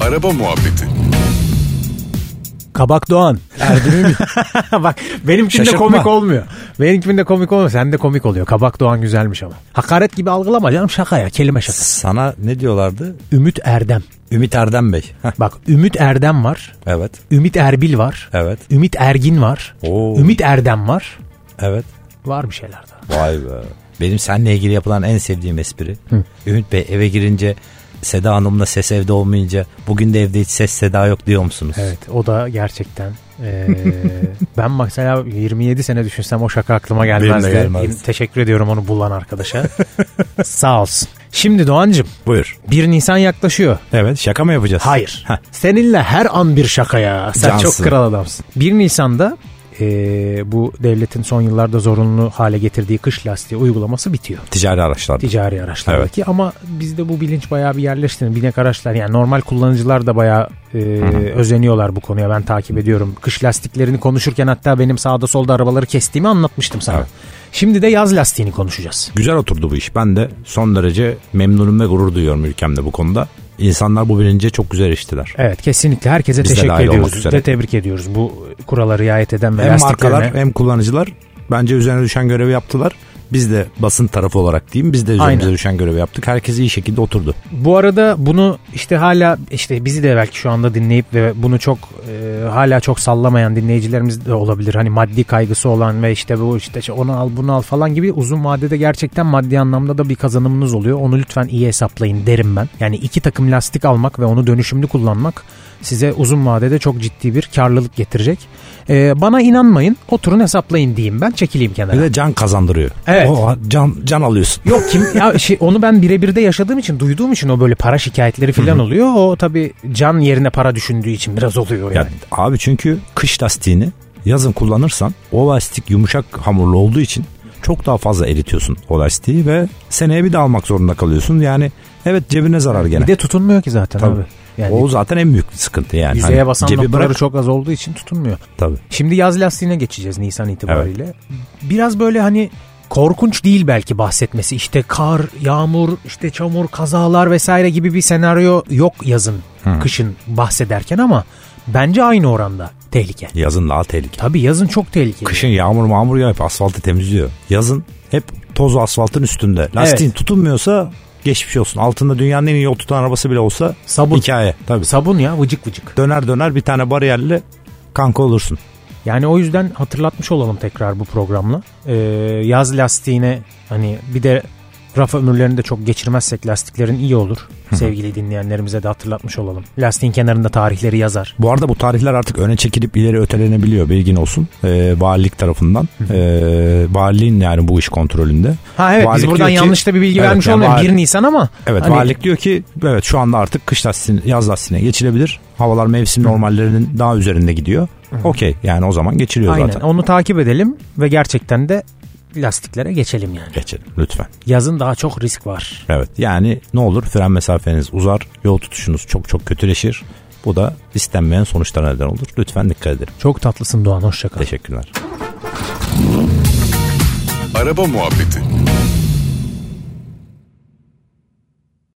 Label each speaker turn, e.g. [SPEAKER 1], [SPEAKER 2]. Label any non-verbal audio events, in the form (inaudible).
[SPEAKER 1] Araba Muhabbeti
[SPEAKER 2] Kabak Doğan.
[SPEAKER 3] Erdem'i
[SPEAKER 2] (laughs) Bak benimkinde
[SPEAKER 3] Şaşırtma.
[SPEAKER 2] komik olmuyor. Benimkinde komik olmuyor. Sende komik oluyor. Kabak Doğan güzelmiş ama. Hakaret gibi algılama canım şaka ya. Kelime şaka.
[SPEAKER 3] Sana ne diyorlardı?
[SPEAKER 2] Ümit Erdem.
[SPEAKER 3] Ümit Erdem Bey. (laughs) Heh,
[SPEAKER 2] Bak Ümit Erdem var.
[SPEAKER 3] evet.
[SPEAKER 2] Ümit Erbil var.
[SPEAKER 3] Evet.
[SPEAKER 2] Ümit Ergin var.
[SPEAKER 3] Oo.
[SPEAKER 2] Ümit Erdem var.
[SPEAKER 3] Evet.
[SPEAKER 2] Var bir şeyler daha.
[SPEAKER 3] Vay be. Benim seninle ilgili yapılan en sevdiğim espri. Ümit Bey eve girince Seda Hanım'la ses evde olmayınca bugün de evde hiç ses seda yok diyor musunuz?
[SPEAKER 2] Evet o da gerçekten. eee, (laughs) ben mesela 27 sene düşünsem o şaka aklıma
[SPEAKER 3] Benim
[SPEAKER 2] gelmezdi.
[SPEAKER 3] de gelmez.
[SPEAKER 2] Teşekkür ediyorum onu bulan arkadaşa. (laughs) Sağ olsun. Şimdi Doğancım
[SPEAKER 3] Buyur.
[SPEAKER 2] 1 Nisan yaklaşıyor.
[SPEAKER 3] Evet şaka mı yapacağız?
[SPEAKER 2] Hayır.
[SPEAKER 3] Heh.
[SPEAKER 2] Seninle her an bir şaka ya. Sen
[SPEAKER 3] Cansın.
[SPEAKER 2] çok kral adamsın. 1 Nisan'da eee, bu devletin son yıllarda zorunlu hale getirdiği kış lastiği uygulaması bitiyor.
[SPEAKER 3] Ticari araçlar.
[SPEAKER 2] Ticari araçlardaki ama bizde bu bilinç bayağı bir yerleşti. Binek araçlar yani normal kullanıcılar da bayağı e, özeniyorlar bu konuya. Ben takip ediyorum. Kış lastiklerini konuşurken hatta benim sağda solda arabaları kestiğimi anlatmıştım sana.
[SPEAKER 3] Evet.
[SPEAKER 2] Şimdi de yaz lastiğini konuşacağız.
[SPEAKER 3] Güzel oturdu bu iş. Ben de son derece memnunum ve gurur duyuyorum ülkemde bu konuda. İnsanlar bu bilince çok güzel eriştiler.
[SPEAKER 2] Evet kesinlikle herkese
[SPEAKER 3] Biz de
[SPEAKER 2] teşekkür
[SPEAKER 3] dahil olmak
[SPEAKER 2] ediyoruz
[SPEAKER 3] üzere.
[SPEAKER 2] ve tebrik ediyoruz bu kurala riayet eden ve
[SPEAKER 3] Hem
[SPEAKER 2] lastiklerine.
[SPEAKER 3] markalar hem kullanıcılar bence üzerine düşen görevi yaptılar. Biz de basın tarafı olarak diyeyim biz de üzerimize
[SPEAKER 2] Aynen.
[SPEAKER 3] düşen görevi yaptık. Herkes iyi şekilde oturdu.
[SPEAKER 2] Bu arada bunu işte hala işte bizi de belki şu anda dinleyip ve bunu çok e, hala çok sallamayan dinleyicilerimiz de olabilir. Hani maddi kaygısı olan ve işte bu işte onu al bunu al falan gibi uzun vadede gerçekten maddi anlamda da bir kazanımınız oluyor. Onu lütfen iyi hesaplayın derim ben. Yani iki takım lastik almak ve onu dönüşümlü kullanmak size uzun vadede çok ciddi bir karlılık getirecek. E, bana inanmayın oturun hesaplayın diyeyim ben çekileyim kenara.
[SPEAKER 3] Bir de can kazandırıyor.
[SPEAKER 2] Evet.
[SPEAKER 3] O, can, can alıyorsun.
[SPEAKER 2] Yok kim ya şey, onu ben birebir de yaşadığım için duyduğum için o böyle para şikayetleri falan oluyor. O tabi can yerine para düşündüğü için biraz oluyor
[SPEAKER 3] Ya,
[SPEAKER 2] yani.
[SPEAKER 3] abi çünkü kış lastiğini yazın kullanırsan o lastik yumuşak hamurlu olduğu için çok daha fazla eritiyorsun o lastiği ve seneye bir daha almak zorunda kalıyorsun. Yani evet cebine zarar gene.
[SPEAKER 2] Bir de tutunmuyor ki zaten
[SPEAKER 3] Tabii.
[SPEAKER 2] abi. Yani
[SPEAKER 3] o zaten en büyük sıkıntı yani.
[SPEAKER 2] yüzeye
[SPEAKER 3] Hani
[SPEAKER 2] basan
[SPEAKER 3] cebi
[SPEAKER 2] noktaları
[SPEAKER 3] bırak.
[SPEAKER 2] çok az olduğu için tutunmuyor.
[SPEAKER 3] Tabii.
[SPEAKER 2] Şimdi yaz lastiğine geçeceğiz Nisan itibariyle. Biraz böyle hani korkunç değil belki bahsetmesi. İşte kar, yağmur, işte çamur, kazalar vesaire gibi bir senaryo yok yazın, kışın bahsederken ama bence aynı oranda tehlike.
[SPEAKER 3] Yazın daha tehlikeli.
[SPEAKER 2] Tabii yazın çok tehlikeli.
[SPEAKER 3] Kışın yağmur mağmur yağıp asfaltı temizliyor. Yazın hep toz asfaltın üstünde. Lastiğin tutunmuyorsa geçmiş olsun. Altında dünyanın en iyi yol tutan arabası bile olsa
[SPEAKER 2] Sabun.
[SPEAKER 3] hikaye. Tabii.
[SPEAKER 2] Sabun ya vıcık vıcık.
[SPEAKER 3] Döner döner bir tane bariyerle kanka olursun.
[SPEAKER 2] Yani o yüzden hatırlatmış olalım tekrar bu programla. Ee, yaz lastiğine hani bir de raf ömürlerini de çok geçirmezsek lastiklerin iyi olur. Sevgili dinleyenlerimize de hatırlatmış olalım. Lastiğin kenarında tarihleri yazar.
[SPEAKER 3] Bu arada bu tarihler artık öne çekilip ileri ötelenebiliyor bilgin olsun. Ee, valilik tarafından. Ee, valiliğin yani bu iş kontrolünde.
[SPEAKER 2] Ha evet
[SPEAKER 3] Valilik
[SPEAKER 2] biz buradan
[SPEAKER 3] diyor ki-
[SPEAKER 2] yanlış da bir bilgi
[SPEAKER 3] Evet,
[SPEAKER 2] vermiş
[SPEAKER 3] yani
[SPEAKER 2] olmayalım.
[SPEAKER 3] vali-
[SPEAKER 2] 1 Nisan ama.
[SPEAKER 3] Evet
[SPEAKER 2] hani-
[SPEAKER 3] valilik diyor ki evet şu anda artık kış lastiğine, yaz lastiğine geçilebilir. Havalar mevsim normallerinin daha üzerinde gidiyor. Okey yani o zaman geçiliyor
[SPEAKER 2] Aynen
[SPEAKER 3] zaten.
[SPEAKER 2] onu takip edelim ve gerçekten de lastiklere geçelim yani.
[SPEAKER 3] Geçelim lütfen.
[SPEAKER 2] Yazın daha çok risk var.
[SPEAKER 3] Evet yani ne olur fren mesafeniz uzar, yol tutuşunuz çok çok kötüleşir. Bu da istenmeyen sonuçlara neden olur. Lütfen dikkat edelim.
[SPEAKER 2] Çok tatlısın Doğan hoşça kal.
[SPEAKER 3] Teşekkürler.
[SPEAKER 1] Araba Muhabbeti